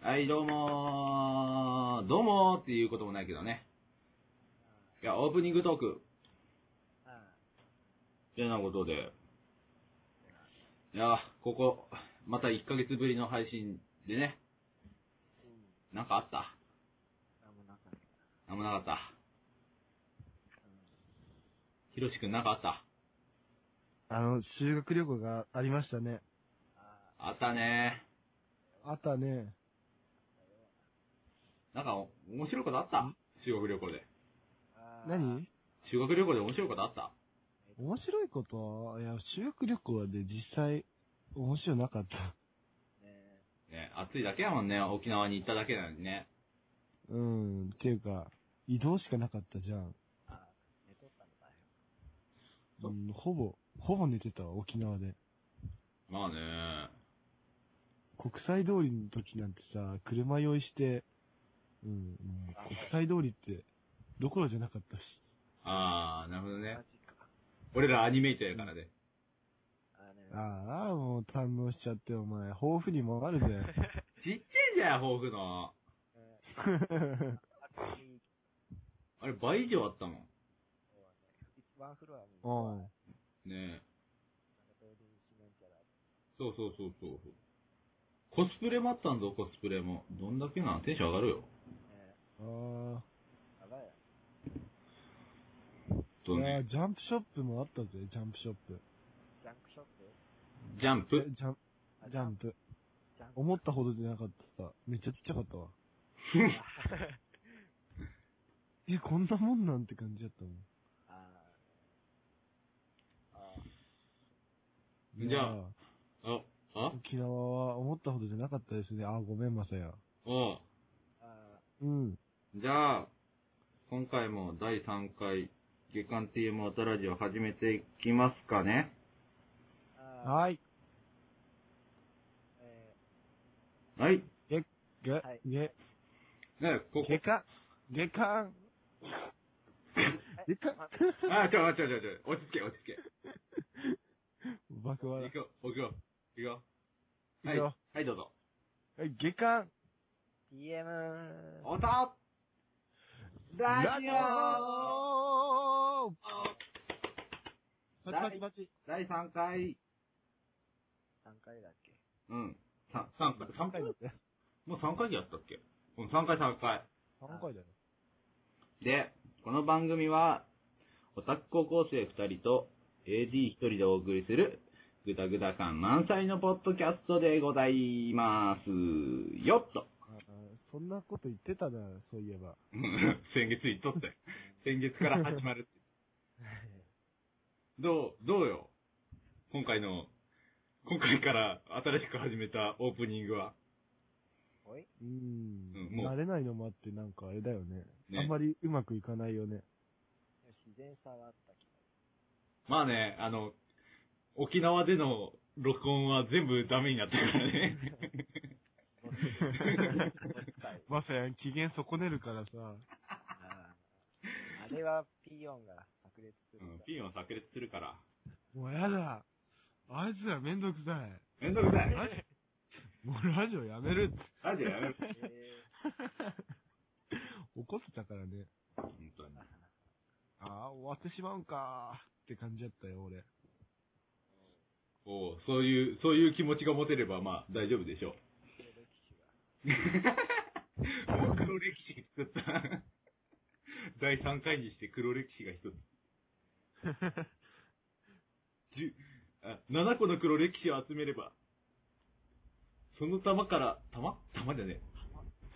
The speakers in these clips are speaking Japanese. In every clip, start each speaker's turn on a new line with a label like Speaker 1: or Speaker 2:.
Speaker 1: はい、どうもー、どうもーっていうこともないけどね。いや、オープニングトーク、
Speaker 2: うん。うん。
Speaker 1: てなことで。いや、ここ、また1ヶ月ぶりの配信でね、
Speaker 2: うん。
Speaker 1: なんかあった
Speaker 2: なんもなかった。
Speaker 1: なんもなかった。ひろしくんなんかあった
Speaker 3: あの、修学旅行がありましたね。
Speaker 2: あ
Speaker 1: あったね
Speaker 3: あったね。
Speaker 1: ー。なんか、お面白いことあった修学旅行で。
Speaker 2: ーあー。
Speaker 3: 何
Speaker 1: 修学旅行で面白いことあった
Speaker 3: 面白いこといや、修学旅行で実際、面白なかった。
Speaker 2: ね
Speaker 1: ね、暑いだけやもんね、沖縄に行っただけなのにね。
Speaker 3: うん、っていうか、移動しかなかったじゃん。
Speaker 2: あー、寝とったのかよ。
Speaker 1: そ
Speaker 3: うん、ほぼ、ほぼ寝てたわ、沖縄で。
Speaker 1: まあね
Speaker 3: 国際通りの時なんてさ、車用意して、うん、もう
Speaker 2: あ
Speaker 3: 国際通りって、どころじゃなかったし。
Speaker 1: あー、なるほどね
Speaker 2: マ。ジか。
Speaker 1: 俺らアニメイターやからね。
Speaker 2: あーね。
Speaker 3: ああ、もう堪能しちゃって、お前、豊富にもある ぜ。
Speaker 1: ちっちゃいじゃん、抱負の。
Speaker 2: ね あっちに
Speaker 1: あれ、倍以上あったもん。
Speaker 2: そうはね。一番フロアに。
Speaker 3: う
Speaker 2: なん
Speaker 3: ん
Speaker 2: か。
Speaker 1: ねえ。
Speaker 2: ベールに四面キャラ。
Speaker 1: そうそうそうそう。コスプレもあったんぞ、コスプレも。どんだけなんテンション上がるよ。
Speaker 2: ね
Speaker 3: あ
Speaker 2: あらや。
Speaker 3: あ、
Speaker 1: と
Speaker 3: いや、
Speaker 1: ね、
Speaker 3: ジャンプショップもあったぜ、ジャンプショップ。
Speaker 2: ジャンクショップ
Speaker 1: ジャン
Speaker 3: え
Speaker 1: プ。
Speaker 3: ジャン
Speaker 2: あ
Speaker 3: ジャンプ。
Speaker 2: ジャンク。
Speaker 3: 思ったほどじゃなかったさ。めっちゃちっちゃ かったわ。え、こんなもんなんて感じだったもん。
Speaker 2: あーあー。
Speaker 1: じゃあ
Speaker 3: いや
Speaker 1: あ、
Speaker 3: あ
Speaker 1: あ
Speaker 3: 沖縄は思ったほどじゃなかったですね。あー、ごめん、まさや。
Speaker 1: おう
Speaker 2: あ
Speaker 3: うん。
Speaker 1: じゃあ、今回も第3回、月間 TM オタラジオ始めていきますかね。
Speaker 2: ーあー。
Speaker 3: はい。
Speaker 2: え
Speaker 1: はい。
Speaker 3: げ、
Speaker 2: はい
Speaker 3: げ、
Speaker 1: ね、ここ。
Speaker 3: げか、げかん。
Speaker 2: ー
Speaker 3: でか
Speaker 2: え、待って
Speaker 1: あ、ちょ、待って待って待って落ち着け、落ち着け。
Speaker 3: 爆
Speaker 1: 行
Speaker 3: 笑。
Speaker 1: くよ、行くよ、行くよ。は
Speaker 3: 行く
Speaker 1: い、
Speaker 3: よ
Speaker 1: はい、どうぞ。
Speaker 3: はい、げかん。
Speaker 2: TM。
Speaker 1: おたラジオ
Speaker 3: オパチパチパチ。
Speaker 1: 第3回。
Speaker 2: 何回だっけ
Speaker 1: うん。さ三回、三回
Speaker 3: 3回だって。
Speaker 1: もう3回でやったっけうん、3回3回。
Speaker 3: 3回だよ。
Speaker 1: で、この番組は、オタク高校生2人と AD1 人でお送りする、ぐだぐだ感満載のポッドキャストでございます。よっと。
Speaker 3: あーそんなこと言ってたな、そういえば。
Speaker 1: うん先月言っとったよ。先月から始まるって。どう、どうよ今回の、今回から新しく始めたオープニングは。
Speaker 2: おいう
Speaker 3: ー
Speaker 1: うん
Speaker 3: ん。
Speaker 1: もう
Speaker 3: 慣れないのもあってなんかあれだよね。
Speaker 1: ね
Speaker 3: あんまりうまくいかないよね。
Speaker 2: 自然さはあった気が
Speaker 1: まあね、あの、沖縄での録音は全部ダメになったからね。
Speaker 3: まさやん、機嫌損ねるからさ。
Speaker 2: あーあれはピヨンが炸裂す
Speaker 1: う
Speaker 2: るん
Speaker 1: ん
Speaker 2: だ。
Speaker 1: ピンは炸裂するから。
Speaker 3: もうやだ。あいつらめんどくさい。
Speaker 1: めんどくさい。
Speaker 3: ラジ、もうラジオやめるって
Speaker 1: ラジオやめろ。
Speaker 2: え
Speaker 3: 怒ってたからね。
Speaker 1: 本当に。
Speaker 3: ああ、終わってしまうんかーって感じだったよ、俺。
Speaker 1: おうそういう、そういう気持ちが持てれば、まあ、大丈夫でしょ
Speaker 2: ー、歴史が。
Speaker 1: う。黒歴史作った。 第3回にして黒歴史が一つ。じゅあ7個の黒歴史を集めれば、その玉から、玉玉じゃね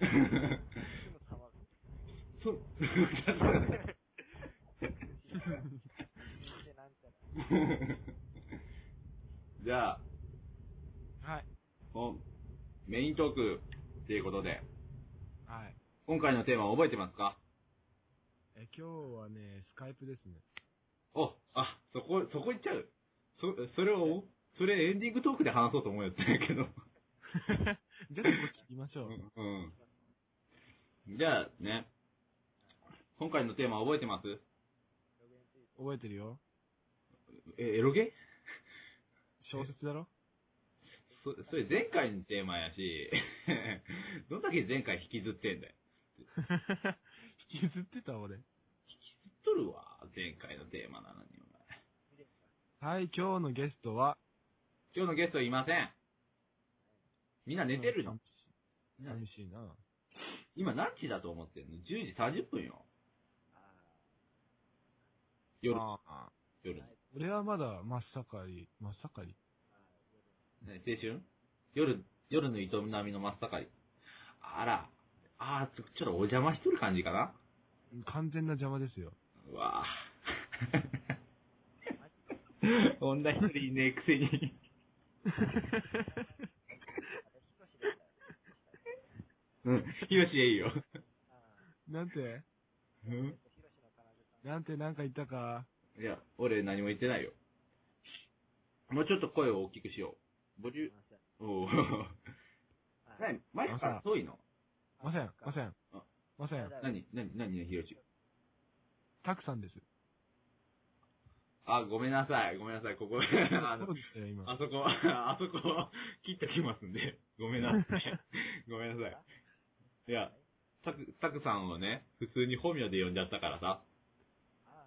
Speaker 2: でもたまる。
Speaker 1: え。そ、
Speaker 2: でなんちゃら。
Speaker 1: じゃあ、
Speaker 3: はい。
Speaker 1: 本、メイントークっていうことで、
Speaker 3: はい。
Speaker 1: 今回のテーマ覚えてますか
Speaker 3: え、今日はね、スカイプですね。
Speaker 1: お、あ、そこ、そこ行っちゃうそ、それを、それエンディングトークで話そうと思うやったんやけど。
Speaker 3: じゃあ、こっち行きましょう。
Speaker 1: うん。うん。じゃあね、今回のテーマ覚えてます
Speaker 2: ログインついて
Speaker 3: 覚えてるよ。
Speaker 1: え、エロゲ
Speaker 3: 小説だろ
Speaker 1: そそれ前回のテーマやし、 どんだけ前回引きずってんだよ。
Speaker 3: 引きずってた俺。
Speaker 1: 引きずっとるわ、前回のテーマなのに。お前
Speaker 3: はい、今日のゲストは、
Speaker 1: 今日のゲストいません。みんな寝てるのみんな
Speaker 3: 寂しいな。
Speaker 1: 今何時だと思ってんの ?10 時30分よ。
Speaker 2: あ
Speaker 1: 夜、
Speaker 3: ああ
Speaker 1: 夜。
Speaker 2: は
Speaker 1: ね
Speaker 2: い
Speaker 3: 俺はまだ真っ盛り、真っ盛り。
Speaker 2: ーあ
Speaker 1: 青春夜、夜の営みの真っ盛り。あら、あーちょちょっとお邪魔しとる感じかな
Speaker 3: 完全な邪魔ですよ。
Speaker 1: うわぁ。女一人いねえくせに。
Speaker 2: ーあれ、ヒロ
Speaker 1: うん。ひろ
Speaker 2: シでしたよ。
Speaker 1: しでいいよ。
Speaker 2: あ
Speaker 3: なんて、
Speaker 1: う
Speaker 2: ー
Speaker 1: ん。
Speaker 2: ヒロシの彼女さん。
Speaker 3: なんてなんか言ったか。
Speaker 1: いや、俺何も言ってないよ。もうちょっと声を大きくしよう。ボリュ、おう
Speaker 2: は
Speaker 1: 何マイクから遠いの
Speaker 3: ません、ませ
Speaker 2: ん。
Speaker 3: ん。ません。
Speaker 1: 何何何ひろし。
Speaker 3: たくさんです。
Speaker 1: あ、ごめんなさい。ごめんなさい。こ こ、あ
Speaker 3: そ
Speaker 1: の
Speaker 3: う、ですよ、今。
Speaker 1: あそこ、 あそこ、切っときますんで。ごめんなさい。ごめんなさい。いや、たく、たくさんをね、普通に本名で呼んじゃったからさ。
Speaker 2: あ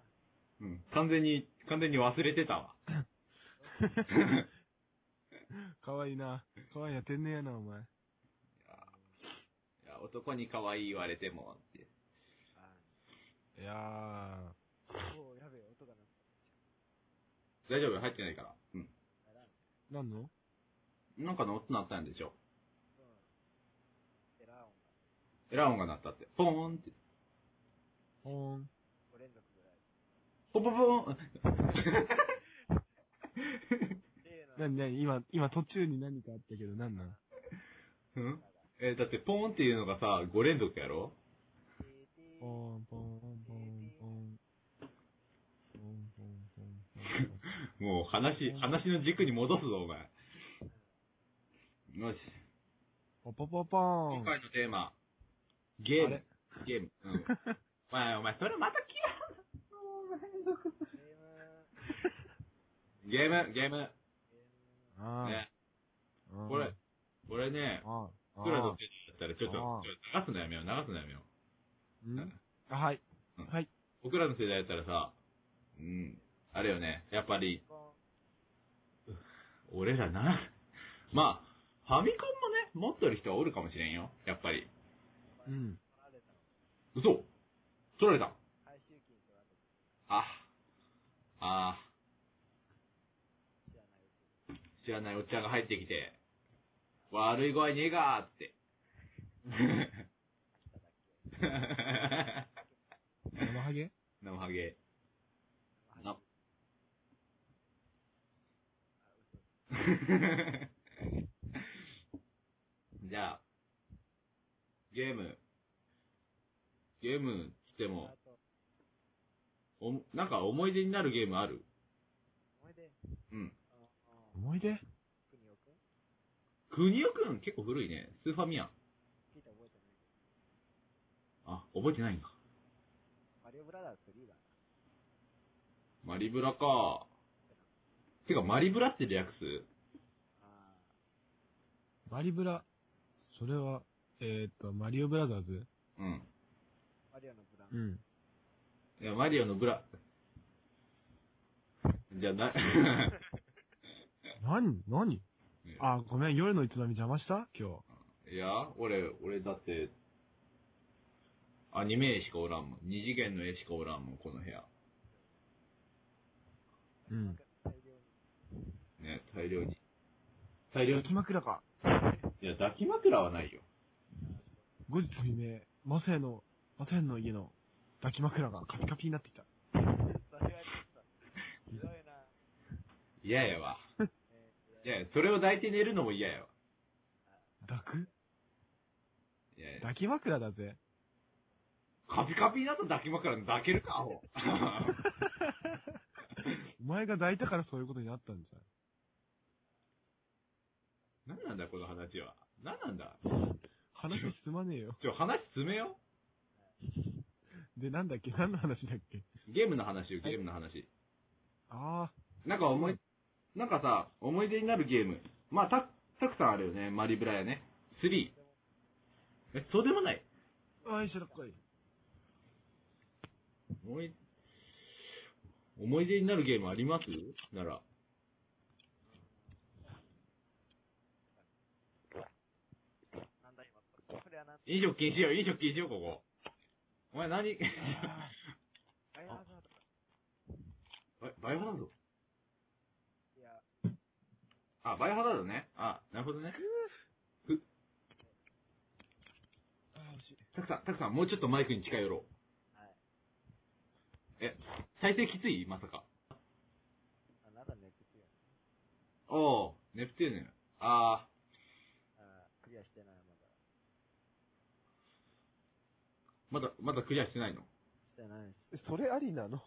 Speaker 1: うん。完全に、完全に忘れてたわ。
Speaker 3: かわいいな。かわいいや、天然やな、お前。
Speaker 1: いや、男に可愛い言われても、って。
Speaker 2: ーあ
Speaker 3: いや
Speaker 2: ー、おーやべえ、音が鳴っ
Speaker 1: 大丈夫入ってないから。うん。
Speaker 2: たから、
Speaker 3: ー、なんの
Speaker 1: なんかの音鳴ったんでしょ
Speaker 2: そうエラー音が
Speaker 1: エラー音が鳴ったって。ポーンって。
Speaker 3: ほーん。
Speaker 2: 5連続ぐらい。
Speaker 1: ポポポーン
Speaker 2: で
Speaker 3: なになに今、今途中に何かあったけど、なんなん
Speaker 1: うんえーだってポーンっていうのがさ、5連続やろ
Speaker 3: ポーン、ポーン、ポーン、ポーン。ポーン、ポーン、ポーンポーン。
Speaker 1: もう話、話の軸に戻すぞ、お前。よし。
Speaker 3: ポポポポー
Speaker 1: 今
Speaker 3: ン。
Speaker 1: 回のテーマ。ゲー
Speaker 3: あ
Speaker 1: ム
Speaker 3: れ。
Speaker 1: ゲーム。うん。 お前、お前、それまた
Speaker 2: ゲーム、
Speaker 1: 嫌いゲーム、ゲーム。
Speaker 2: ゲ
Speaker 3: あ
Speaker 1: ね。
Speaker 3: あ。
Speaker 1: これ、これね、
Speaker 3: ああ。
Speaker 1: クラの
Speaker 3: あ
Speaker 1: 手だったらちょっと、ちょ
Speaker 3: あ
Speaker 1: っ
Speaker 3: ー
Speaker 1: と流すのやめよう、流すのやめよう。
Speaker 3: あ。んあはい。
Speaker 1: 僕らの世代だったらさ、うん、あれよね、やっぱり
Speaker 2: ーム、、コ
Speaker 1: 俺らな。まあ、ファミコンもね、持ってる人はおるかもしれんよ、やっぱり。
Speaker 2: ン、
Speaker 3: うん。
Speaker 2: 取られたの。
Speaker 1: 嘘取られた
Speaker 2: 回収金取られ
Speaker 1: あ、あ
Speaker 2: た。知ら
Speaker 1: ー、知らな
Speaker 2: ないうちに。
Speaker 1: いおっちゃんが入ってきて、悪い声にえがーって。
Speaker 2: 秋田だっけ
Speaker 3: 生ハゲ
Speaker 1: 生ハゲ。 な
Speaker 2: あ、嘘。
Speaker 1: じゃあ、ゲーム。ゲームっても
Speaker 2: あ、と、
Speaker 1: おも、なんか思い出になるゲームある
Speaker 2: 思い出、
Speaker 1: うん。
Speaker 2: あの、
Speaker 3: 思い出
Speaker 2: 国尾く
Speaker 1: くに
Speaker 2: ん
Speaker 1: おくん結構古いね。スーファミやん。
Speaker 2: 聞いた覚えてないけど。
Speaker 1: あ、覚えてないんか。
Speaker 2: マリオブラザーズ3だな。
Speaker 1: マリブラか。てか、マリブラって略す
Speaker 2: あ
Speaker 3: マリブラ。それは、えーっと、マリオブラザーズ
Speaker 1: うん。
Speaker 2: ー、マリオのブラン、
Speaker 3: ん。
Speaker 1: いや、マリオのブラ。じゃあ、な、
Speaker 3: 何何あ、ごめん、夜の営み邪魔した今
Speaker 1: いや、俺、俺だって、アニメ絵しかおらんもん。二次元の絵しかおらんもん、この部屋。
Speaker 3: 日。うん。
Speaker 2: 大量に。
Speaker 1: ね、大量に。大量に
Speaker 3: 抱き。枕か。
Speaker 1: いや、抱き枕はないよ。
Speaker 3: 後日未明、マセの、マセンの家の抱き枕がカピカピになってきた。
Speaker 2: それはちょっと、ひどいな。
Speaker 1: 嫌やわ。
Speaker 2: えー
Speaker 1: いや、それを抱いて寝るのも嫌やわ。
Speaker 3: 抱く
Speaker 1: いやいや、
Speaker 3: 抱き枕だぜ。
Speaker 1: カピカピだと抱き枕抱けるか、アホ。
Speaker 3: お前が抱いたからそういうことになったんじゃ
Speaker 1: な
Speaker 3: ん。
Speaker 1: んなんだ、この話は。なんなんだ。
Speaker 3: 話進まねえよ。
Speaker 1: ちょ、話進めよ。
Speaker 3: で、なんだっけ何の話だっけ
Speaker 1: ゲームの話よ、ゲームの話。
Speaker 3: ああ、
Speaker 1: なんか思い、なんかさ、思い出になるゲーム。まあ、た、たくさんあるよね。マリブラやね。3。え、そうでもない。
Speaker 3: あ、一緒だっこい。
Speaker 1: 思い、思い出になるゲームありますなら。
Speaker 2: なんだ今。これはなんだ
Speaker 1: 飲食禁止よ、飲食禁止よ、ここ。お前何、
Speaker 2: バイオハザードか。
Speaker 1: ババイオハザード
Speaker 2: いや、
Speaker 1: あ、バイオハザードね。あ、なるほどね。
Speaker 3: あー、惜しい。
Speaker 1: たくさん、たくさん、もうちょっとマイクに近寄ろう。
Speaker 2: はい
Speaker 1: え、再生きついまさか。
Speaker 2: あなんだね、クリ
Speaker 1: おー、ネプテューヌ。あ
Speaker 2: ア。あークリアしてない、まだ。
Speaker 1: ー、まだ、まだクリアしてないの。
Speaker 2: してないです。
Speaker 3: えそれありなの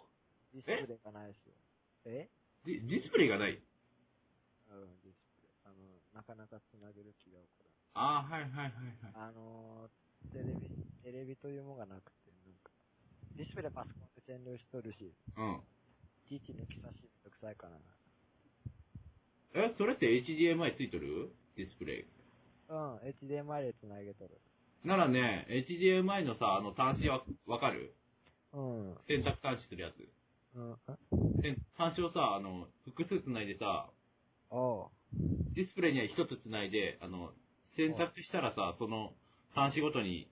Speaker 2: ディスプレイがないですよ。え
Speaker 1: ディディスプレイがない。
Speaker 2: うん、ディスプレイ。あの、なかなか繋げる気が起こ
Speaker 1: あー、はいはいはいはい。
Speaker 2: らない。あのー、テレビ、テレビというものがなくて、なんか、ディスプレイパソコンで占領しとるし、
Speaker 1: うん。
Speaker 2: いちいち抜き差しめんどくさいから
Speaker 1: え、それって HDMI ついとるディスプレイ。
Speaker 2: な。うん、HDMI で繋げとる。
Speaker 1: ならね、HDMI のさ、あの端子は、わかる
Speaker 2: うん、うん、
Speaker 1: 選択端子するやつ。
Speaker 2: うん、
Speaker 1: で端子をさ、あの、複数繋いでさ、
Speaker 2: おう。
Speaker 1: ディスプレイには一つ繋いで、あの、選択したらさ、その端子ごとに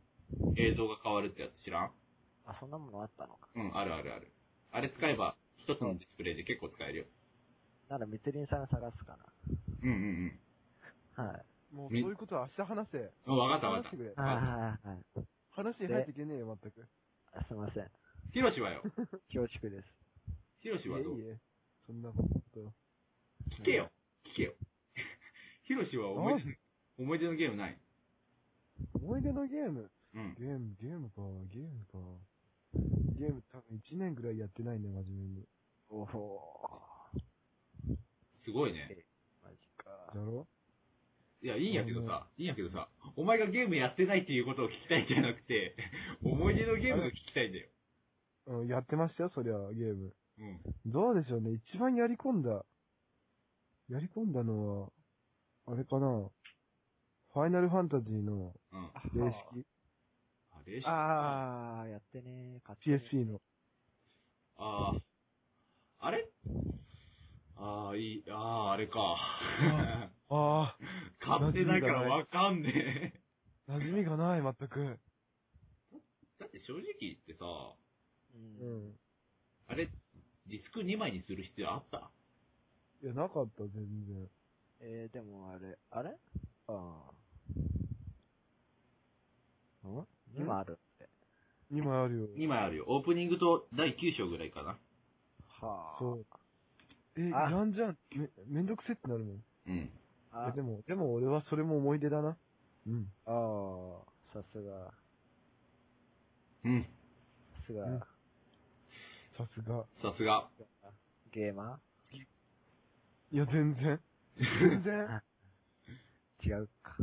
Speaker 1: 映像が変わるってやつ知らん
Speaker 2: あ、そんなものあったのか。
Speaker 1: うん、あるあるある。あれ使えば、一つのディスプレイで結構使えるよ。
Speaker 2: なら、ミツリンさんが探すか
Speaker 1: うんうん
Speaker 2: な。はい。
Speaker 3: もう、そう
Speaker 1: み
Speaker 3: いうことは明日話せ。
Speaker 1: うん。わかったわ
Speaker 3: 話
Speaker 1: か
Speaker 3: し
Speaker 1: って
Speaker 3: くれ。
Speaker 2: あはいはいはい。
Speaker 3: 話に入っていけねえよ、全く。
Speaker 2: あすいません。
Speaker 1: た。ヒロシはよ。
Speaker 2: 恐縮です。
Speaker 1: ヒロシ
Speaker 3: い
Speaker 1: は
Speaker 3: え
Speaker 1: どう
Speaker 3: いえ。そんなこと。
Speaker 1: 聞けよ。聞けよ。 ヒロシは思い出の、思い出のゲームない。
Speaker 3: 思い出のゲーム。
Speaker 1: うん。
Speaker 3: ゲーム、ゲームか、ゲームか。ゲーム多分1年ぐらいやってないね、真面目に。
Speaker 2: おお。
Speaker 1: すごいね。
Speaker 2: マジか。
Speaker 3: だろ
Speaker 1: いや、いいんやけどさ、いいんやけどさ、お前がゲームやってないっていうことを聞きたいんじゃなくて、 思い出のゲームが聞きたいんだよ。
Speaker 3: うん、やってましたよ、そりゃ、ゲーム。
Speaker 1: うん。
Speaker 3: どうでしょうね、一番やり込んだ。やり込んだのは、あれかな。ファイナルファンタジーの
Speaker 1: うん。あ
Speaker 3: 霊式、
Speaker 1: れ
Speaker 2: あー、やってねー。勝手に
Speaker 3: PSP の。
Speaker 1: あー。あれああ、いい、ああ、あれか。
Speaker 3: あ
Speaker 1: 買ってないからわかんね え。
Speaker 3: あ、馴染みがない、全く。
Speaker 1: だって正直言ってさ、
Speaker 2: う。
Speaker 3: うんん。
Speaker 1: あれ、ディスク2枚にする必要あった
Speaker 3: いや、なかった、全然。
Speaker 2: えー、でもあれ、あれあ
Speaker 3: あ
Speaker 2: ー。今あるって。
Speaker 3: ?2 枚あるよ。
Speaker 1: ?2 枚あるよ。オープニングと第9章ぐらいかな。
Speaker 2: はあ。
Speaker 3: そう。え、い
Speaker 2: あ
Speaker 3: らんじゃん。め、めんどくせってなるもん。
Speaker 1: うん。
Speaker 3: いや
Speaker 2: あ
Speaker 3: でも、でも俺はそれも思い出だな。うん。
Speaker 2: あー、さすが。
Speaker 1: うん。
Speaker 2: さすが。
Speaker 3: うんさすが。
Speaker 1: さすが。
Speaker 2: ゲーマ
Speaker 3: いや、全然。全 然。
Speaker 2: ー違うか。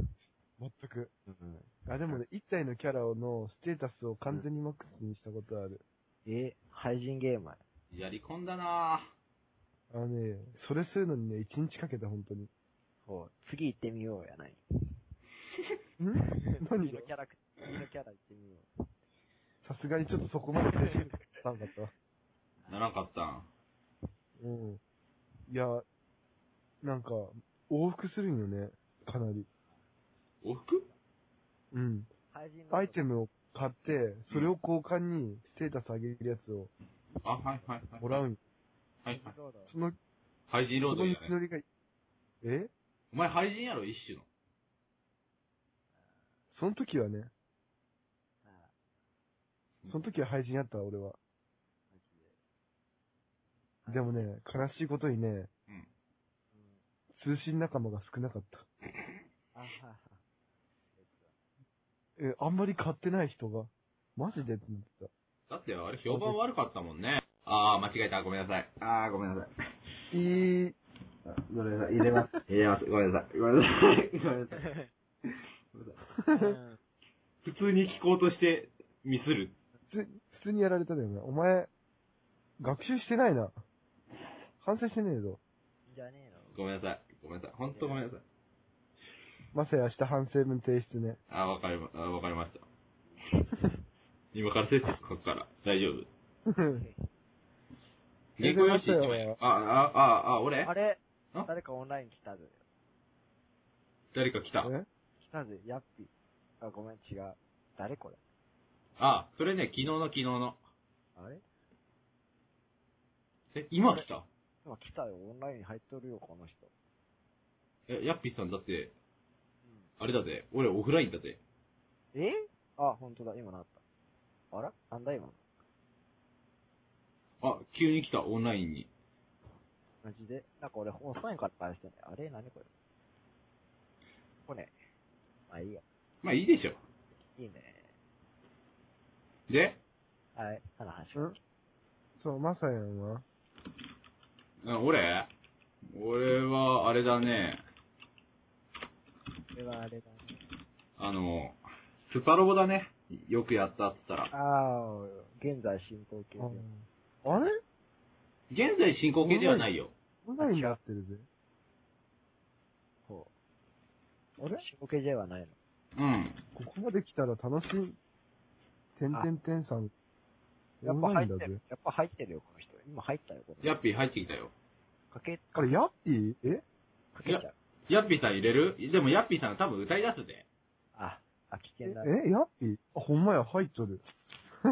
Speaker 3: 全く。
Speaker 2: うん。
Speaker 3: あ、でもね、一体のキャラのステータスを完全にマックスにしたことある。
Speaker 2: え、廃人ゲーマー。
Speaker 1: やり込んだな
Speaker 3: あのね、それするのにね、一日かけた、本当に。
Speaker 2: ほう。次行ってみようやない。
Speaker 3: ん 何
Speaker 2: 次のキャラク、次のキャラ行ってみよう。
Speaker 3: さすがにちょっとそこまで精神的にならなかったわ。
Speaker 1: ぁ。ならんかったん。
Speaker 3: うん。いや、なんか、往復するんよね、かなり。
Speaker 1: お服
Speaker 3: うん。
Speaker 2: 廃人
Speaker 3: アイテムを買って、それを交換にステータス上げるやつを
Speaker 1: あ、はいはいはい。
Speaker 3: もらうんよ。
Speaker 1: はいはい。
Speaker 2: ロード。
Speaker 3: その、
Speaker 1: 廃人ロ
Speaker 3: そ
Speaker 1: ード
Speaker 3: の
Speaker 1: じ
Speaker 3: 道
Speaker 1: ゃない。
Speaker 3: のりが、え
Speaker 1: お前廃人やろ、一種の。
Speaker 3: その時はね、
Speaker 2: あー
Speaker 3: その時は廃人やったわ、俺は。
Speaker 2: マジで。
Speaker 3: でもね、悲しいことにね、
Speaker 1: うん。
Speaker 2: うん
Speaker 3: 通信仲間が少なかった。
Speaker 2: あはは。
Speaker 3: え、あんまり買ってない人が。マジでってなって
Speaker 1: だってあれ評判悪かったもんね。あー、間違えた。ごめんなさい。あー、ごめんなさい。
Speaker 3: た。いい、
Speaker 1: ごめんなさい。入れ ます。入れます。ごめんなさい。ご めんなさい。ごめんなさい。
Speaker 2: うん
Speaker 1: 普通に聞こうとしてミスる。
Speaker 3: 普通普通にやられただよね。お前、学習してないな。反省してねえぞ。
Speaker 2: じゃねえの
Speaker 1: ごめんなさい。ごめんなさい。ほんとごめんなさい。
Speaker 3: まさや明日反省文提出ね。
Speaker 1: あ、わかりま、あわかりま した。今からテスト書くから、大丈夫。原稿用紙行きましょう。あ、あ、あ、あ、俺
Speaker 2: あれ
Speaker 1: ん
Speaker 2: 誰かオンライン来たぜ。
Speaker 1: 誰か来た。
Speaker 3: え
Speaker 2: 来たぜ、やっぴ。あ、ごめん、違う。誰これ
Speaker 1: あ、それね、昨日の昨日の。
Speaker 2: あれ
Speaker 1: え、今来た
Speaker 2: 今来たよ、オンラインに入っとるよ、この人。
Speaker 1: え、ヤッピーさんだって、あれだぜ。俺オフラインだぜ。
Speaker 2: えあ、本当だ、今なった。あらなんだ今の
Speaker 1: あ、急に来た、オンラインに。
Speaker 2: マジでなんか俺、オンラインから返してね。あれ何これこれね。まあいいや。
Speaker 1: まあいいでしょ。
Speaker 2: いいね。
Speaker 1: で、
Speaker 2: はい、あの話。
Speaker 3: うんそう、まさやんは
Speaker 1: あ俺俺は、あれだね。
Speaker 2: これはあれだね。
Speaker 1: あの、スパロボだね。よくやったっつったら。
Speaker 2: ああ、現在進行形で。
Speaker 3: ああれ
Speaker 1: 現在進行形ではないよ。
Speaker 3: オンラインでやってるぜ。
Speaker 2: ほう。あれ進行形ではないの。
Speaker 1: うん。
Speaker 3: ここまで来たら楽しい。てんてんてんさん。
Speaker 2: や
Speaker 3: オ
Speaker 2: っ
Speaker 3: ン
Speaker 2: ぱ
Speaker 3: ラ
Speaker 2: 入
Speaker 3: イ
Speaker 2: っ
Speaker 3: ンだ
Speaker 2: て
Speaker 3: ぜ
Speaker 2: る。。やっぱ入ってるよ、この人。今入ったよ、これ。
Speaker 1: ヤッピー入ってきたよ。
Speaker 2: かけ、
Speaker 3: あれ、ヤッピーえ
Speaker 2: かけちゃう。
Speaker 1: ヤッピーさん入れるでもヤッピーさん多分歌い出すぜ。
Speaker 2: あ、あ、危険
Speaker 3: え
Speaker 2: な、
Speaker 3: えヤッピーあ、ほんまや、入っとる。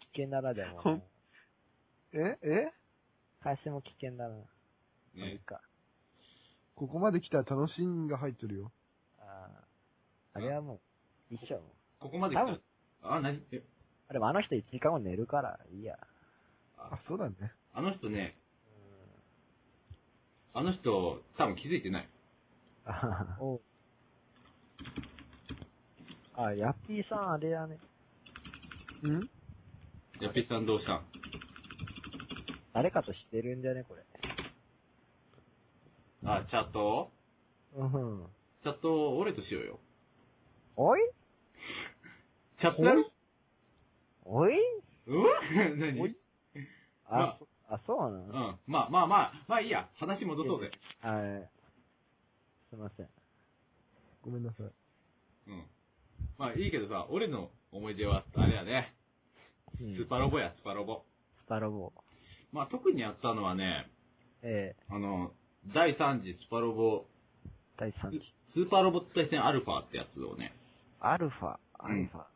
Speaker 2: 危険ならで
Speaker 3: ほん
Speaker 2: も。
Speaker 3: ええ
Speaker 2: 返しも危険だな。まあいい
Speaker 1: ね。
Speaker 2: か。
Speaker 3: ここまで来たら楽しんが入っとるよ。
Speaker 2: あーあれはもう、一緒もう。
Speaker 1: ここまで来
Speaker 2: 多
Speaker 1: た
Speaker 2: 分。
Speaker 1: あ、なにえ、
Speaker 2: あ、でもあの人1時間後寝るから、いいや。
Speaker 3: あ、そうだね。
Speaker 1: あの人ね、あの人、多分気づいてない。
Speaker 2: あはは おうあ、ヤッピーさんあれやね。
Speaker 3: ん
Speaker 1: ヤッピーさんどうしたん
Speaker 2: 誰かと知ってるんじゃね、これ。
Speaker 1: あ、チャット
Speaker 2: うん。
Speaker 1: チャット、俺としようよ。
Speaker 2: おい
Speaker 1: チャットやる
Speaker 2: おい
Speaker 1: うん 何
Speaker 2: お
Speaker 1: う
Speaker 2: い
Speaker 1: ん。
Speaker 2: あ、そあ、そうなの
Speaker 1: まあまあまあ、まあいいや。話戻そうぜ。
Speaker 2: はい。すいません。
Speaker 3: ごめんなさい。
Speaker 1: うん。まあいいけどさ、俺の思い出は、あれやね。
Speaker 2: うん
Speaker 1: スパロボや、スパロボ。
Speaker 2: スパロボ。
Speaker 1: まあ特にやったのはね、
Speaker 2: ええ
Speaker 1: あの、第3次スパロボ、
Speaker 2: 第3期。
Speaker 1: スーパーロボット対戦アルファってやつをね、
Speaker 2: アルファ、アルファ。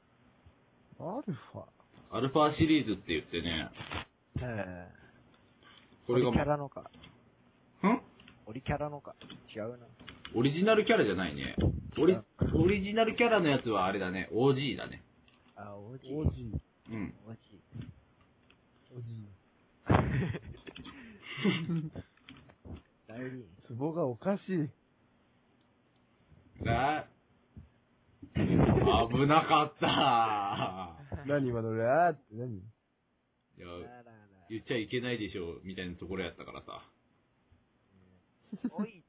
Speaker 3: アルファ
Speaker 1: アルファシリーズって言ってね、
Speaker 2: ええ
Speaker 1: これが
Speaker 2: オリ
Speaker 1: も
Speaker 2: キャ
Speaker 1: う、
Speaker 2: ラのか。
Speaker 1: ん
Speaker 2: オリキャラのか。違うな。
Speaker 1: オリジナルキャラじゃないね。オリ、オリジナルキャラのやつはあれだね、OG だね。
Speaker 2: あ、オジ。
Speaker 3: おじい。
Speaker 1: うん。
Speaker 2: オジ。
Speaker 3: おじい。
Speaker 2: 代理。
Speaker 3: ツボがおかしい。
Speaker 1: が、危なかった
Speaker 3: 何今のラーって 何
Speaker 1: いや、
Speaker 2: あらら
Speaker 1: 言っちゃいけないでしょ、みたいなところやったからさ。
Speaker 2: おい。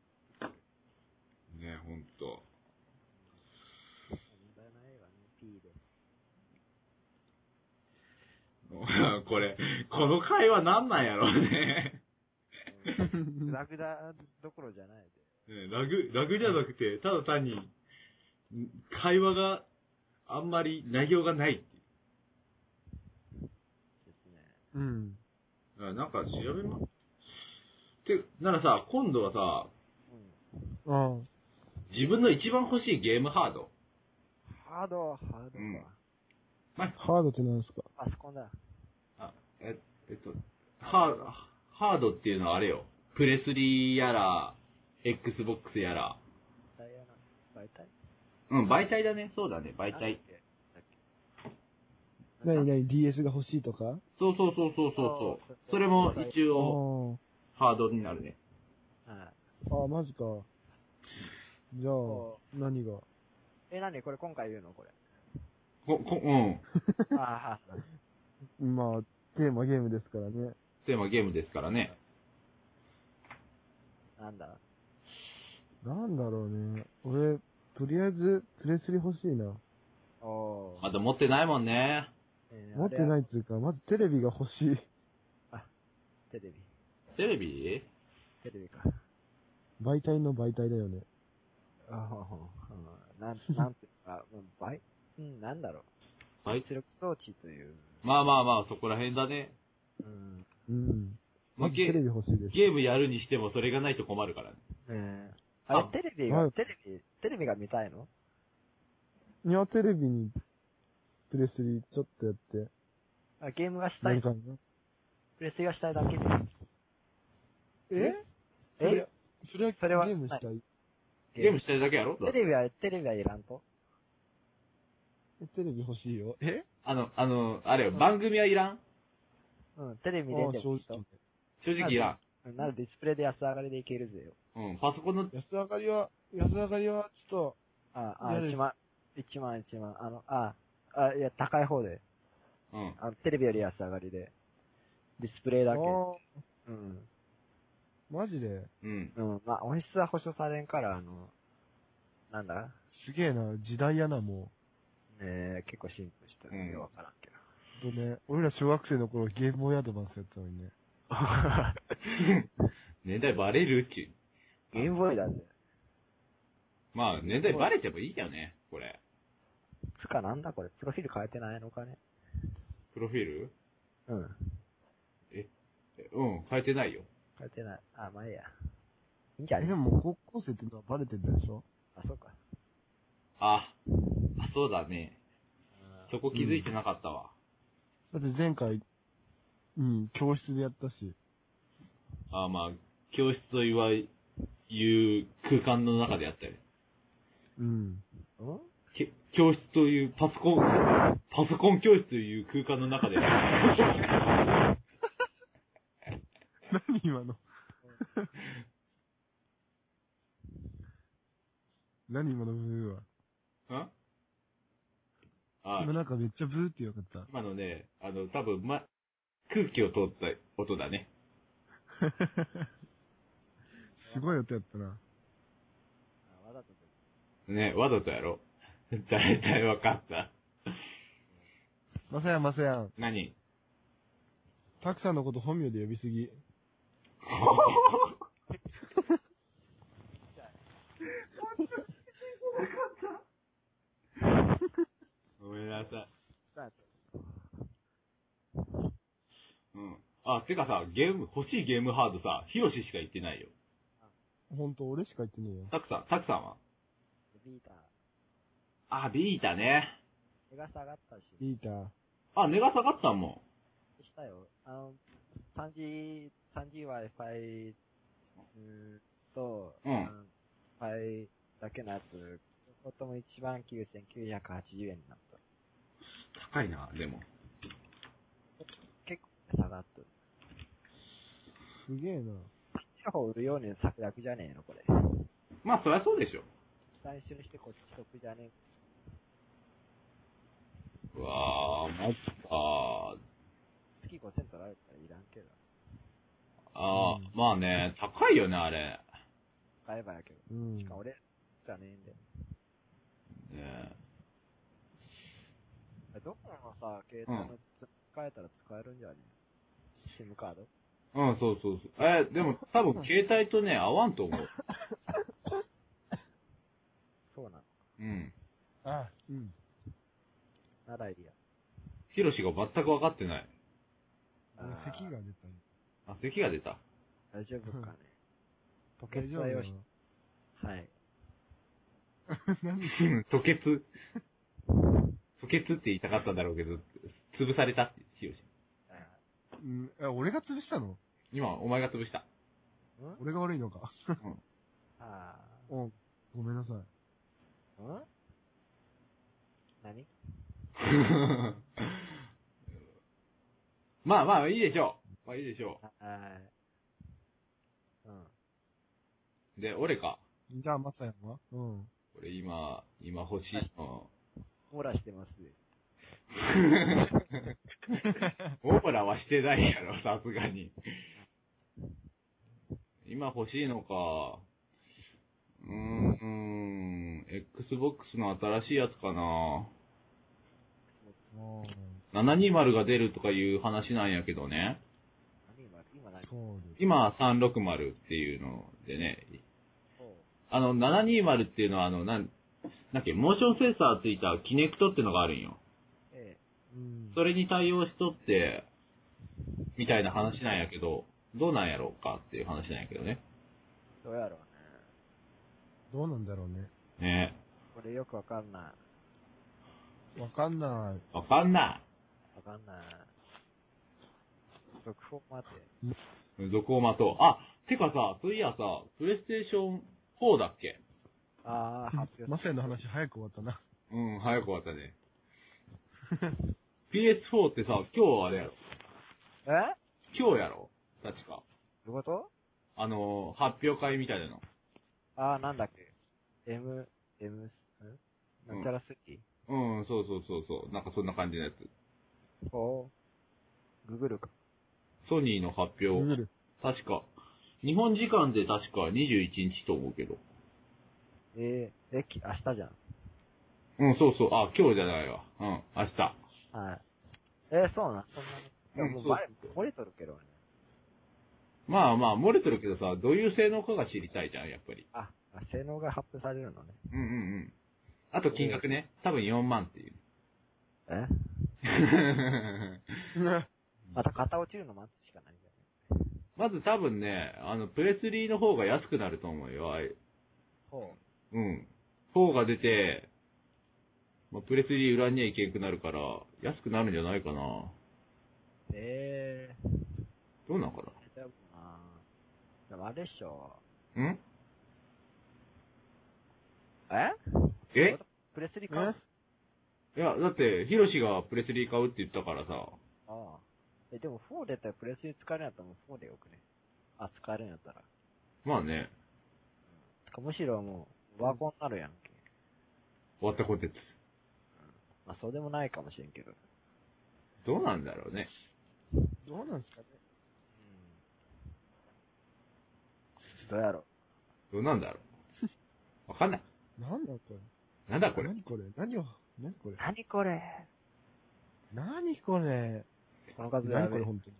Speaker 1: ね、ほんと。
Speaker 2: 問題ないわね、P で。
Speaker 1: これ、この会話なんなんやろうね。
Speaker 2: グダグダどころじゃないで。
Speaker 1: ねラグ、ラグじゃなくて、ただ単に、ん会話があんまり内容がない。
Speaker 2: ですね。
Speaker 3: うん。
Speaker 1: あなんか調べま、て、ならさ、今度はさ、
Speaker 2: うん。
Speaker 3: ああ。
Speaker 1: 自分の一番欲しいゲームハード。
Speaker 2: ハード、ハード
Speaker 1: うん
Speaker 2: か。
Speaker 3: ハードって何ですか
Speaker 2: パソコンだ。
Speaker 1: え、えっと、ハード、ハードっていうのはあれよ。プレスリーやら、Xbox やら。
Speaker 2: ダイヤな。媒体
Speaker 1: うん、媒体だね。そうだね、媒体。。
Speaker 2: なんだっけなんだ
Speaker 3: なに ?DS が欲しいとか
Speaker 1: そうそうそうそうそうそう。それも一
Speaker 3: あ
Speaker 1: 応、ハードになるね。
Speaker 2: はい
Speaker 3: あ。ああ、マジか。じゃあ、
Speaker 2: そ
Speaker 3: 何が
Speaker 2: うえ、なにこれ今回言う のこれ。
Speaker 1: こ、こ、うん。
Speaker 2: ああ、
Speaker 3: まあ、テーマゲームですからね。
Speaker 1: テーマゲームですからね。
Speaker 2: なんだ。
Speaker 3: なんだろうね。俺、とりあえず、プレスリ欲しいな。
Speaker 2: おお。
Speaker 1: ま。だ持ってないもんね。
Speaker 3: 持ってないいっていうか、まずテレビが欲しい。
Speaker 2: テレビ。
Speaker 1: テレビ
Speaker 2: テレビか。
Speaker 3: 媒体の媒体だよね。
Speaker 2: うあははうんなん、なんていうか、うん倍、うん、なんだろう。
Speaker 1: 倍
Speaker 2: 出力装置という。
Speaker 1: まあまあまあ、そこら辺だね。
Speaker 2: うん。
Speaker 3: うん。
Speaker 1: まあ、
Speaker 3: テレ
Speaker 1: ゲ
Speaker 3: ビ欲しいです。
Speaker 1: ゲームやるにしてもそれがないと困るからね。
Speaker 2: ねえあれ、
Speaker 1: あ
Speaker 2: テレビが、
Speaker 3: はい
Speaker 2: テレビ、テレビが見たいの
Speaker 3: いや、テレビに、プレスリーちょっとやって、
Speaker 2: あゲームがした
Speaker 3: 何
Speaker 2: い。
Speaker 3: かな。
Speaker 2: プレステがしたいだけで。
Speaker 3: え
Speaker 2: え
Speaker 3: それは、
Speaker 2: それは
Speaker 3: ゲームしたい。
Speaker 1: ゲームしたいだけやろ
Speaker 2: テレビは、テレビはいらんと
Speaker 3: テレビ欲しいよ。え
Speaker 1: あの、あの、あれよ、番組はいらん
Speaker 2: うん、テレビ
Speaker 3: あ
Speaker 2: で
Speaker 3: あ、
Speaker 2: で
Speaker 3: 正
Speaker 2: もいい
Speaker 3: 直
Speaker 2: と。。
Speaker 1: 正直いら
Speaker 2: うんならディスプレイで安上がりでいけるぜよ。
Speaker 1: ん。うん、パソコンの、
Speaker 3: 安上がりは、安上がりは、ちょ
Speaker 2: あ、あ、
Speaker 3: なる
Speaker 2: 1万、1万、1万、あの、あ、あ、いや、高い方で。
Speaker 1: うん。
Speaker 2: あの、テレビより安上がりで。ディスプレイ
Speaker 3: っと、
Speaker 2: だけ。
Speaker 3: あ
Speaker 2: うん。
Speaker 3: あ、マジで。
Speaker 1: うん。
Speaker 2: うん、まあ、音質は保証されんから、あの、なんだ
Speaker 3: すげえな、時代やな、も
Speaker 2: ねえ、結構進歩した
Speaker 1: うん
Speaker 2: よ、わからんけど。
Speaker 3: う。ほんとね、俺ら小学生の頃ゲームボーイアドバンスやったのにね。
Speaker 1: 年代バレるっていう。
Speaker 2: ゲームボーイだぜ。
Speaker 1: まあ、年代バレてもいいよね、これ。
Speaker 2: つかなんだこれ、プロフィール変えてないのかね。
Speaker 1: プロフィール
Speaker 2: うん、
Speaker 1: えうん、変えてないよ。
Speaker 2: 変えてない。あ、まあいいや。いいんじゃね
Speaker 3: でも高校生ってのはバレてるでしょ
Speaker 2: あ、そうか。
Speaker 1: あ、あ、そうだね。
Speaker 2: うん
Speaker 1: そこ気づいてなかったわ。
Speaker 3: だって前回、うん、教室でやったし。
Speaker 1: あまあ、教室と言わ、いう空間の中でやったよ。
Speaker 3: うん。
Speaker 2: うん
Speaker 1: け教室というパソコン、パソコン教室という空間の中でやったよ。
Speaker 3: 何今 の。何今のブーは。
Speaker 1: んあ
Speaker 3: 今、なんかめっちゃブーってよかった。
Speaker 1: 今のね、あの、多分、ま、空気を通った音だね。
Speaker 3: すごい音やったな。
Speaker 2: あわざとで
Speaker 1: ね、わざとやろ。 だいたいわかった。
Speaker 3: まさやんまさやん。
Speaker 1: 何
Speaker 3: たくさんのこと本名で呼びすぎ。
Speaker 1: ごめんなさい。
Speaker 2: さ
Speaker 1: うん。あ、てかさ、ゲーム、欲しいゲームハードさ、ヒロシしか言ってないよ。
Speaker 3: ほんと俺しか言ってねえよ。
Speaker 1: たくさん、たくさんは
Speaker 2: ビーター、
Speaker 1: あ、ビータね。
Speaker 2: 値が下がったし、
Speaker 3: リーター。
Speaker 1: あ、値が下がったも
Speaker 2: したよ。あの、3G、3G Wi-Fi うーと、
Speaker 1: うん
Speaker 2: あの Wi-Fi だけのやつ、両方とも1万9980円になった。
Speaker 1: ん。高いな、でも。
Speaker 2: 結構下がった。
Speaker 3: すげえな。
Speaker 2: 地方売るように策略じゃねえの、これ。
Speaker 1: まあ、そりゃそうでしょ。
Speaker 2: 最初にしてこっち得じゃね
Speaker 1: うわー、マジか
Speaker 2: え。月5000取られたらいらんけど。
Speaker 1: あー、
Speaker 3: うん
Speaker 1: まあね、高いよね、あれ。
Speaker 2: 買えばやけど。
Speaker 3: うん。
Speaker 2: しかも俺、じゃねえんで。
Speaker 1: ね
Speaker 2: どこのさ、携帯の使えたら使えるんじゃねえ ?SIM カード
Speaker 1: うん、そうそうそう。え、でも多分携帯とね、合わんと思う。
Speaker 2: そうなの。
Speaker 1: うん。
Speaker 3: あ、うん。
Speaker 2: ならいいや。
Speaker 1: ヒロシが全く分かってない。
Speaker 3: 俺
Speaker 2: あー
Speaker 3: 咳が出たよ。
Speaker 1: あ、咳が出た。
Speaker 2: 大丈夫かね。ポケ
Speaker 3: 大
Speaker 2: ッ
Speaker 3: 丈
Speaker 2: ト
Speaker 3: 夫
Speaker 2: 用
Speaker 3: よ
Speaker 2: 紙。はい。
Speaker 1: うん吐血。吐血って言いたかったんだろうけど、潰されたって、ヒロシ。
Speaker 3: うん。え、俺が潰したの
Speaker 1: 今、お前が潰した。
Speaker 2: うん
Speaker 3: 俺が悪いのか。
Speaker 2: あ
Speaker 3: うん。ごめんなさい。
Speaker 2: ーうん何
Speaker 1: まあまあ、いいでしょう。まあいいでしょ
Speaker 2: はい。うん。
Speaker 1: う。で、俺か。
Speaker 3: じゃあ、まさやんはうん。
Speaker 1: 俺今、今欲しいの。
Speaker 2: オーラしてます。
Speaker 1: オーラはしてないやろ、さすがに。今欲しいのか。うーん、Xbox の新しいやつかな。
Speaker 3: もう、
Speaker 1: 720が出るとかいう話なんやけどね。
Speaker 2: 何今、今何
Speaker 3: そうです。
Speaker 1: 今360っていうのでね、
Speaker 2: そう。
Speaker 1: あの、720っていうのは、あの、なん、なんだっけ、モーションセンサーついたキネクトってのがあるんよ。
Speaker 2: え
Speaker 3: うん。
Speaker 1: それに対応しとって、みたいな話なんやけど、どうなんやろうかっていう話なんやけどね。
Speaker 2: えどうやろうね。
Speaker 3: どうなんだろうね。
Speaker 1: ね
Speaker 2: これよくわかんな。
Speaker 3: わかんな
Speaker 1: わかんない
Speaker 2: わかんない。続報待て。
Speaker 1: い。どこを待とう。あ、てかさ、そういやさ、プレイステーション4だっけ
Speaker 2: あー、発
Speaker 3: い。
Speaker 2: 表
Speaker 3: マサヤの話早く終わったな。
Speaker 1: うん、早く終わったね。PS4 ってさ、今日あれやろ
Speaker 2: え
Speaker 1: 今日やろ確か。
Speaker 2: どういうこと
Speaker 1: あのー、発表会みたいなの。
Speaker 2: あー、なんだっけ。M、M、んなんちゃらスキ
Speaker 1: うん、そうそうそうそう。なんかそんな感じのやつ。
Speaker 2: ーおー。ググるか。
Speaker 1: ソニーの発
Speaker 3: グ
Speaker 1: 表。
Speaker 3: ーグル。
Speaker 1: 確か。日本時間で確か21日と思うけど。
Speaker 2: えー、え、き明日じゃん。
Speaker 1: うん、そうそう。あ、今日じゃないわ。うん、明日。
Speaker 2: はい。えー、そうなん、そんなに。でもも
Speaker 1: うん
Speaker 2: うバレ、漏れとるけどね。
Speaker 1: まあまあ、漏れてるけどさ、どういう性能かが知りたいじゃん、やっぱり。
Speaker 2: あ、あ性能が発表されるのね。
Speaker 1: うんうんうん。あと金額ね。多分4万っていう。
Speaker 2: え
Speaker 3: うん
Speaker 2: また型落ちるの待つしかないんだよね。
Speaker 1: まず多分ね、あの、プレスリーの方が安くなると思うよ。あい
Speaker 2: ほ
Speaker 1: うん。4が出て、まあ、プレスリー裏にはいけんくなるから、安くなるんじゃないかな。ど
Speaker 2: う。えー。
Speaker 1: うなんか
Speaker 2: でもなでもあれっしょ。
Speaker 1: な。ん
Speaker 2: え
Speaker 1: え
Speaker 2: プレスリー買う
Speaker 1: いや、だって、ヒロシがプレスリー買うって言ったからさ。
Speaker 2: ああ。え、でも4出たらプレスリー使えるんやったらもう4でよくね。あ、使えるんやったら。
Speaker 1: まあね、
Speaker 2: てかむしろもう、ワゴンになるやんけ。
Speaker 1: 終わったコンテンツ。
Speaker 2: まあそうでもないかもしれんけど。うん。
Speaker 1: どうなんだろうね。
Speaker 3: どうなんですかね。
Speaker 2: どうやろ
Speaker 1: どうなんだろう。わかんない。
Speaker 3: なんだこれ。
Speaker 1: なんだこれ。
Speaker 3: 何これ何を何これ
Speaker 2: う。何これ
Speaker 3: 何これ
Speaker 2: この数や
Speaker 3: 何こ
Speaker 2: べえ
Speaker 3: れ本当に。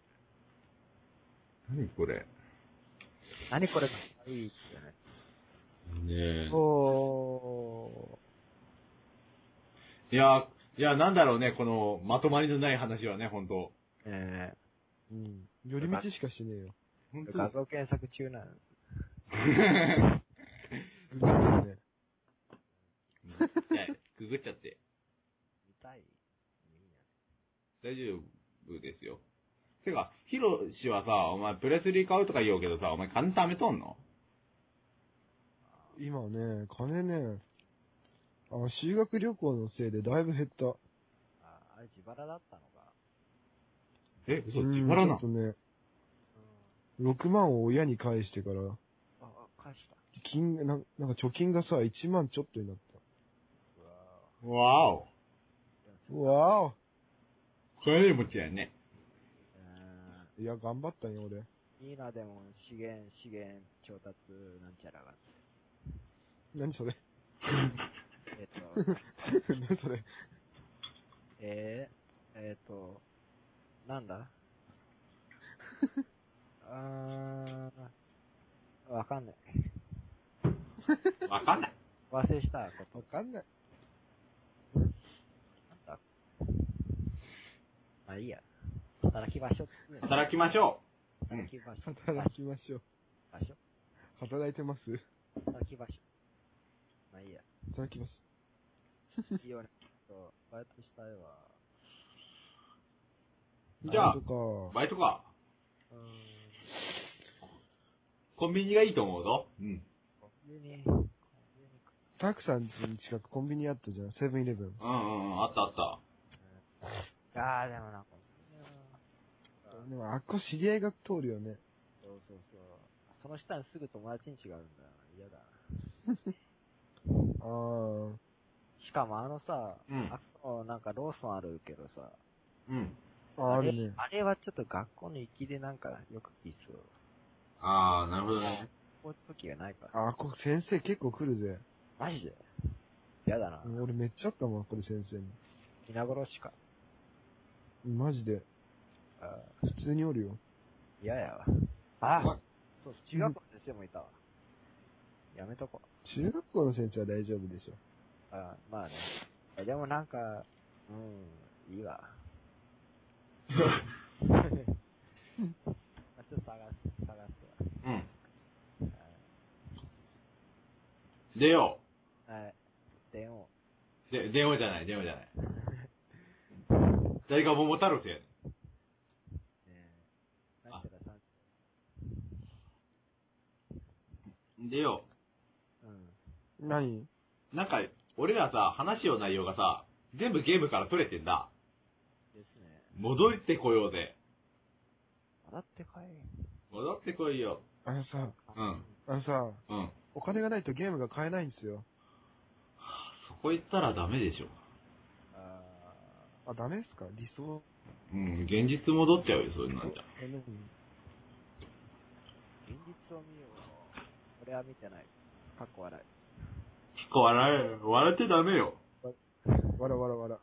Speaker 1: 何これ。
Speaker 2: 何これかわいいってね。
Speaker 1: ね
Speaker 2: お
Speaker 1: え。いや、いや、なんだろうね、この、まとまりのない話はね、ほんと。
Speaker 2: ー。え
Speaker 3: うん。寄り道しかしてねえよ。
Speaker 1: ほん
Speaker 2: ー、
Speaker 1: と
Speaker 2: 画像検索中なの。
Speaker 3: うまいよね。
Speaker 1: はいくぐっちゃって。
Speaker 2: 見たいい
Speaker 1: 大丈夫ですよ。てか、ヒロシはさ、お前プレスリー買うとか言おうけどさ、お前金貯めとんの
Speaker 3: 今ね、金ね、あの、修学旅行のせいでだいぶ減った。
Speaker 2: ああ、あれ自腹だったのか。
Speaker 1: え、嘘、
Speaker 3: うん
Speaker 1: 自腹
Speaker 3: ちょ
Speaker 1: な
Speaker 3: っとね、
Speaker 2: う
Speaker 3: 6万を親に返してから、
Speaker 2: ん。あ、あ返した。
Speaker 3: 金、なんなんか貯金がさ、1万ちょっとになっ
Speaker 2: うわ
Speaker 1: わお。
Speaker 2: ぁ。
Speaker 3: た。わお
Speaker 1: 金持ちやね。
Speaker 3: いや、頑張ったよ、俺。
Speaker 2: いいな、でも、資源、資源、調達、なんちゃらが。
Speaker 3: 何それ
Speaker 2: えっ と、
Speaker 3: 何それ
Speaker 2: えー、えっと、なん だあー、わかんない。
Speaker 1: わかんない。
Speaker 2: 忘れしたこと
Speaker 3: わ。かんない。
Speaker 2: まあいいや。働き場所。
Speaker 1: 働きましょう。う
Speaker 2: 働
Speaker 1: ん。
Speaker 2: き場所。
Speaker 3: 働きましょう。
Speaker 2: 場所。
Speaker 3: 働いてます
Speaker 2: 働き場所。まあいいや。
Speaker 3: 働きます。
Speaker 2: いいよね。そう、バイトしたいわ。
Speaker 1: じゃあ
Speaker 3: なんとか、
Speaker 1: バイトか。
Speaker 2: うーん。
Speaker 1: コンビニがいいと思うぞ。うん。
Speaker 2: コンビニ、コンビニか。
Speaker 3: たくさんに近くコンビニあったじゃん。セブンイレブン。
Speaker 1: うんうんうん、あったあった。
Speaker 2: ああ、でもなんか、コンビニは
Speaker 3: でも、あっこ知り合いが通るよね。
Speaker 2: そうそうそう。その下にすぐ友達ん家があるんだよな。嫌だな。
Speaker 3: あー。
Speaker 2: しかもあのさ、
Speaker 1: うん
Speaker 2: あそこなんかローソンあるけどさ、
Speaker 1: うん。
Speaker 3: あ、あるね。
Speaker 2: あれはちょっと学校の行きでなんかよく聞きそう。
Speaker 1: あー、なるほどね。
Speaker 2: こういう時がないから。
Speaker 3: あ、こ先生結構来るぜ。
Speaker 2: マジで嫌だな。
Speaker 3: うん俺めっちゃあったもん、これ先生に。
Speaker 2: 皆殺しか。
Speaker 3: マジで。
Speaker 2: あー
Speaker 3: 普通におるよ。
Speaker 2: 嫌やわ。あ
Speaker 1: はい
Speaker 2: そう、中学校の先生もいたわ。やめとこう。
Speaker 3: 中学校の先生は大丈夫でしょ。
Speaker 2: あまあね。えでもなんか、うん、いいわ。 まあちょっと探す、探す
Speaker 1: うん。出よ
Speaker 2: わ。はい。電話。
Speaker 1: う。で、電話じゃない、電話じゃない。誰か桃太郎ってやる。
Speaker 2: ねえ。なんちゃらさん、
Speaker 1: 出よ
Speaker 2: うん。
Speaker 3: 何
Speaker 1: う。なんか、俺らさ、話しよう内容がさ、全部ゲームから取れてんだ。
Speaker 2: ですね。
Speaker 1: 戻ってこようぜ。
Speaker 2: 笑ってかい。
Speaker 1: 戻ってこいよ。
Speaker 3: あのさ、
Speaker 1: うん。
Speaker 3: あのさ、
Speaker 1: うん。
Speaker 3: お金がないとゲームが買えないんですよ。
Speaker 1: そこ行ったらダメでしょ。
Speaker 2: あ
Speaker 3: あ、ダメですか理想。
Speaker 1: うん、現実戻っちゃうよ、そういうのなんじゃ。
Speaker 3: え、何
Speaker 2: ー現実を見よう。俺は見てない。かっこ笑い。
Speaker 1: 結構笑え、笑ってダメよ。
Speaker 3: わらわらわら。